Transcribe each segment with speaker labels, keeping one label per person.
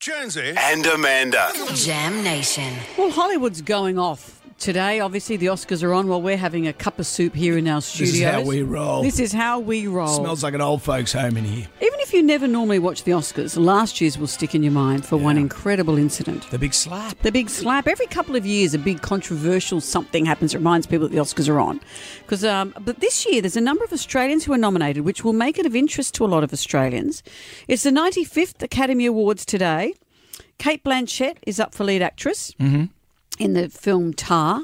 Speaker 1: Jonesy.
Speaker 2: and Amanda.
Speaker 3: Jam Nation.
Speaker 4: Well, Hollywood's going off today. Obviously, the Oscars are on while we're having a cup of soup here in our studios.
Speaker 5: is how we roll.
Speaker 4: This is how we roll.
Speaker 5: Smells like an old folks' home in here.
Speaker 4: Even if you never normally watch the Oscars, last year's will stick in your mind for one incredible incident.
Speaker 5: The big slap.
Speaker 4: The big slap. Every couple of years, a big controversial something happens. It reminds people that the Oscars are on. Because, um, but this year, there's a number of Australians who are nominated, which will make it of interest to a lot of Australians. It's the 95th Academy Awards today. Kate Blanchett is up for lead actress in the film Tar.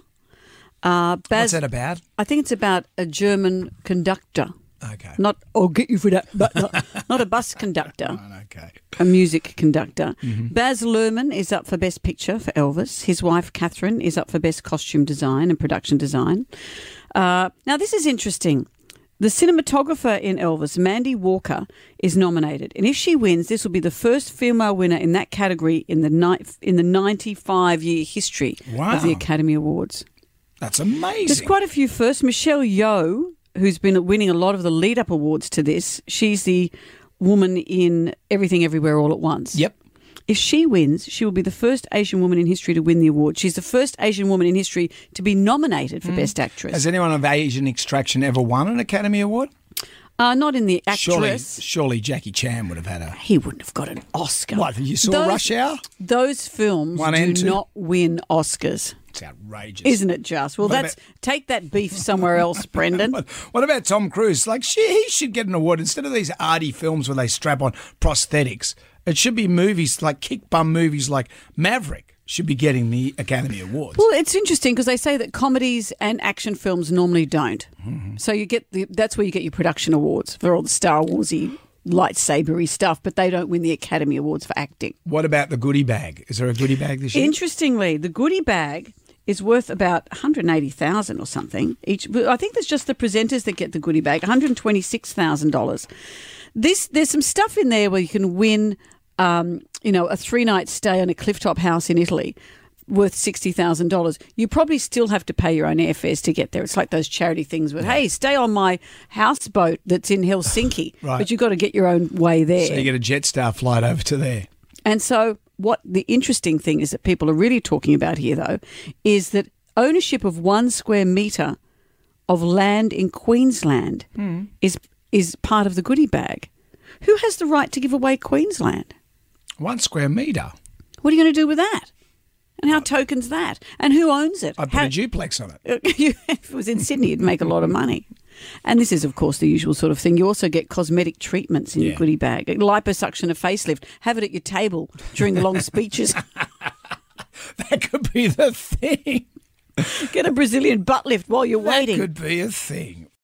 Speaker 4: Uh,
Speaker 5: What's
Speaker 4: Baz,
Speaker 5: that about?
Speaker 4: I think it's about a German conductor.
Speaker 5: Okay.
Speaker 4: Not, I'll get you for that, but not, not a bus conductor
Speaker 5: Okay. Mm-hmm.
Speaker 4: a music conductor. Baz Luhrmann is up for Best Picture for Elvis. His wife Catherine is up for Best Costume Design and Production Design. Uh, now this is interesting. The cinematographer in Elvis, Mandy Walker, is nominated, and if she wins, this will be the first female winner in that category in the ni- in the 95 year history
Speaker 5: Wow.
Speaker 4: of the Academy Awards.
Speaker 5: That's
Speaker 4: There's
Speaker 5: amazing.
Speaker 4: quite a few firsts. Michelle Yeoh, who's been winning a lot of the lead up awards to this, she's the woman in Everything Everywhere All at Once.
Speaker 5: yep.
Speaker 4: If she wins, she will be the first Asian woman in history to win the award. She's the first Asian woman in history to be nominated for
Speaker 5: Hmm.
Speaker 4: Best Actress.
Speaker 5: Has anyone of Asian extraction ever won an Academy Award?
Speaker 4: uh, not in the
Speaker 5: Surely,
Speaker 4: actress.
Speaker 5: surely Jackie Chan would have had a.
Speaker 4: He wouldn't have got an Oscar.
Speaker 5: What? You saw
Speaker 4: Those-
Speaker 5: Rush Hour?
Speaker 4: Those films
Speaker 5: One
Speaker 4: do
Speaker 5: and two.
Speaker 4: not win Oscars,
Speaker 5: It's outrageous.
Speaker 4: isn't it? Just well,
Speaker 5: What
Speaker 4: that's take that beef somewhere else, Brendan.
Speaker 5: What, what about Tom Cruise? Like, she, he should get an award instead of these arty films where they strap on prosthetics. It should be movies like kick bum movies like Maverick should be getting the Academy Awards.
Speaker 4: Well, it's interesting because they say that comedies and action films normally don't. So you get the, that's where you get your production awards for all the Star Warsy lightsabery stuff, but they don't win the Academy Awards for acting.
Speaker 5: What about the goodie bag? Is there a goodie bag this year?
Speaker 4: Interestingly, the goodie bag is worth about 180,000 or something each. I think there's just the presenters that get the goodie bag, $126,000. This there's some stuff in there where you can win um, you know, a three-night stay in a clifftop house in Italy worth $60,000. You probably still have to pay your own airfares to get there. It's like those charity things where, hey, stay on my houseboat that's in Helsinki,
Speaker 5: Right.
Speaker 4: but you've got to get your own way there.
Speaker 5: So you get a Jetstar flight over to there.
Speaker 4: And so, what the interesting thing is that people are really talking about here, though, is that ownership of one square metre of land in Queensland
Speaker 5: Hmm.
Speaker 4: is is part of the goodie bag. Who has the right to give away Queensland?
Speaker 5: One square metre.
Speaker 4: What are you going to do with that? And how tokens that? And who owns it?
Speaker 5: I put
Speaker 4: How-
Speaker 5: a duplex on it.
Speaker 4: if it was in Sydney, you'd make a lot of money. And this is, of course, the usual sort of thing. You also get cosmetic treatments in your
Speaker 5: Yeah.
Speaker 4: goodie bag, liposuction, a facelift. Have it at your table during the long speeches.
Speaker 5: That could be the thing.
Speaker 4: Get a Brazilian butt lift while you're
Speaker 5: That
Speaker 4: waiting.
Speaker 5: could be a thing.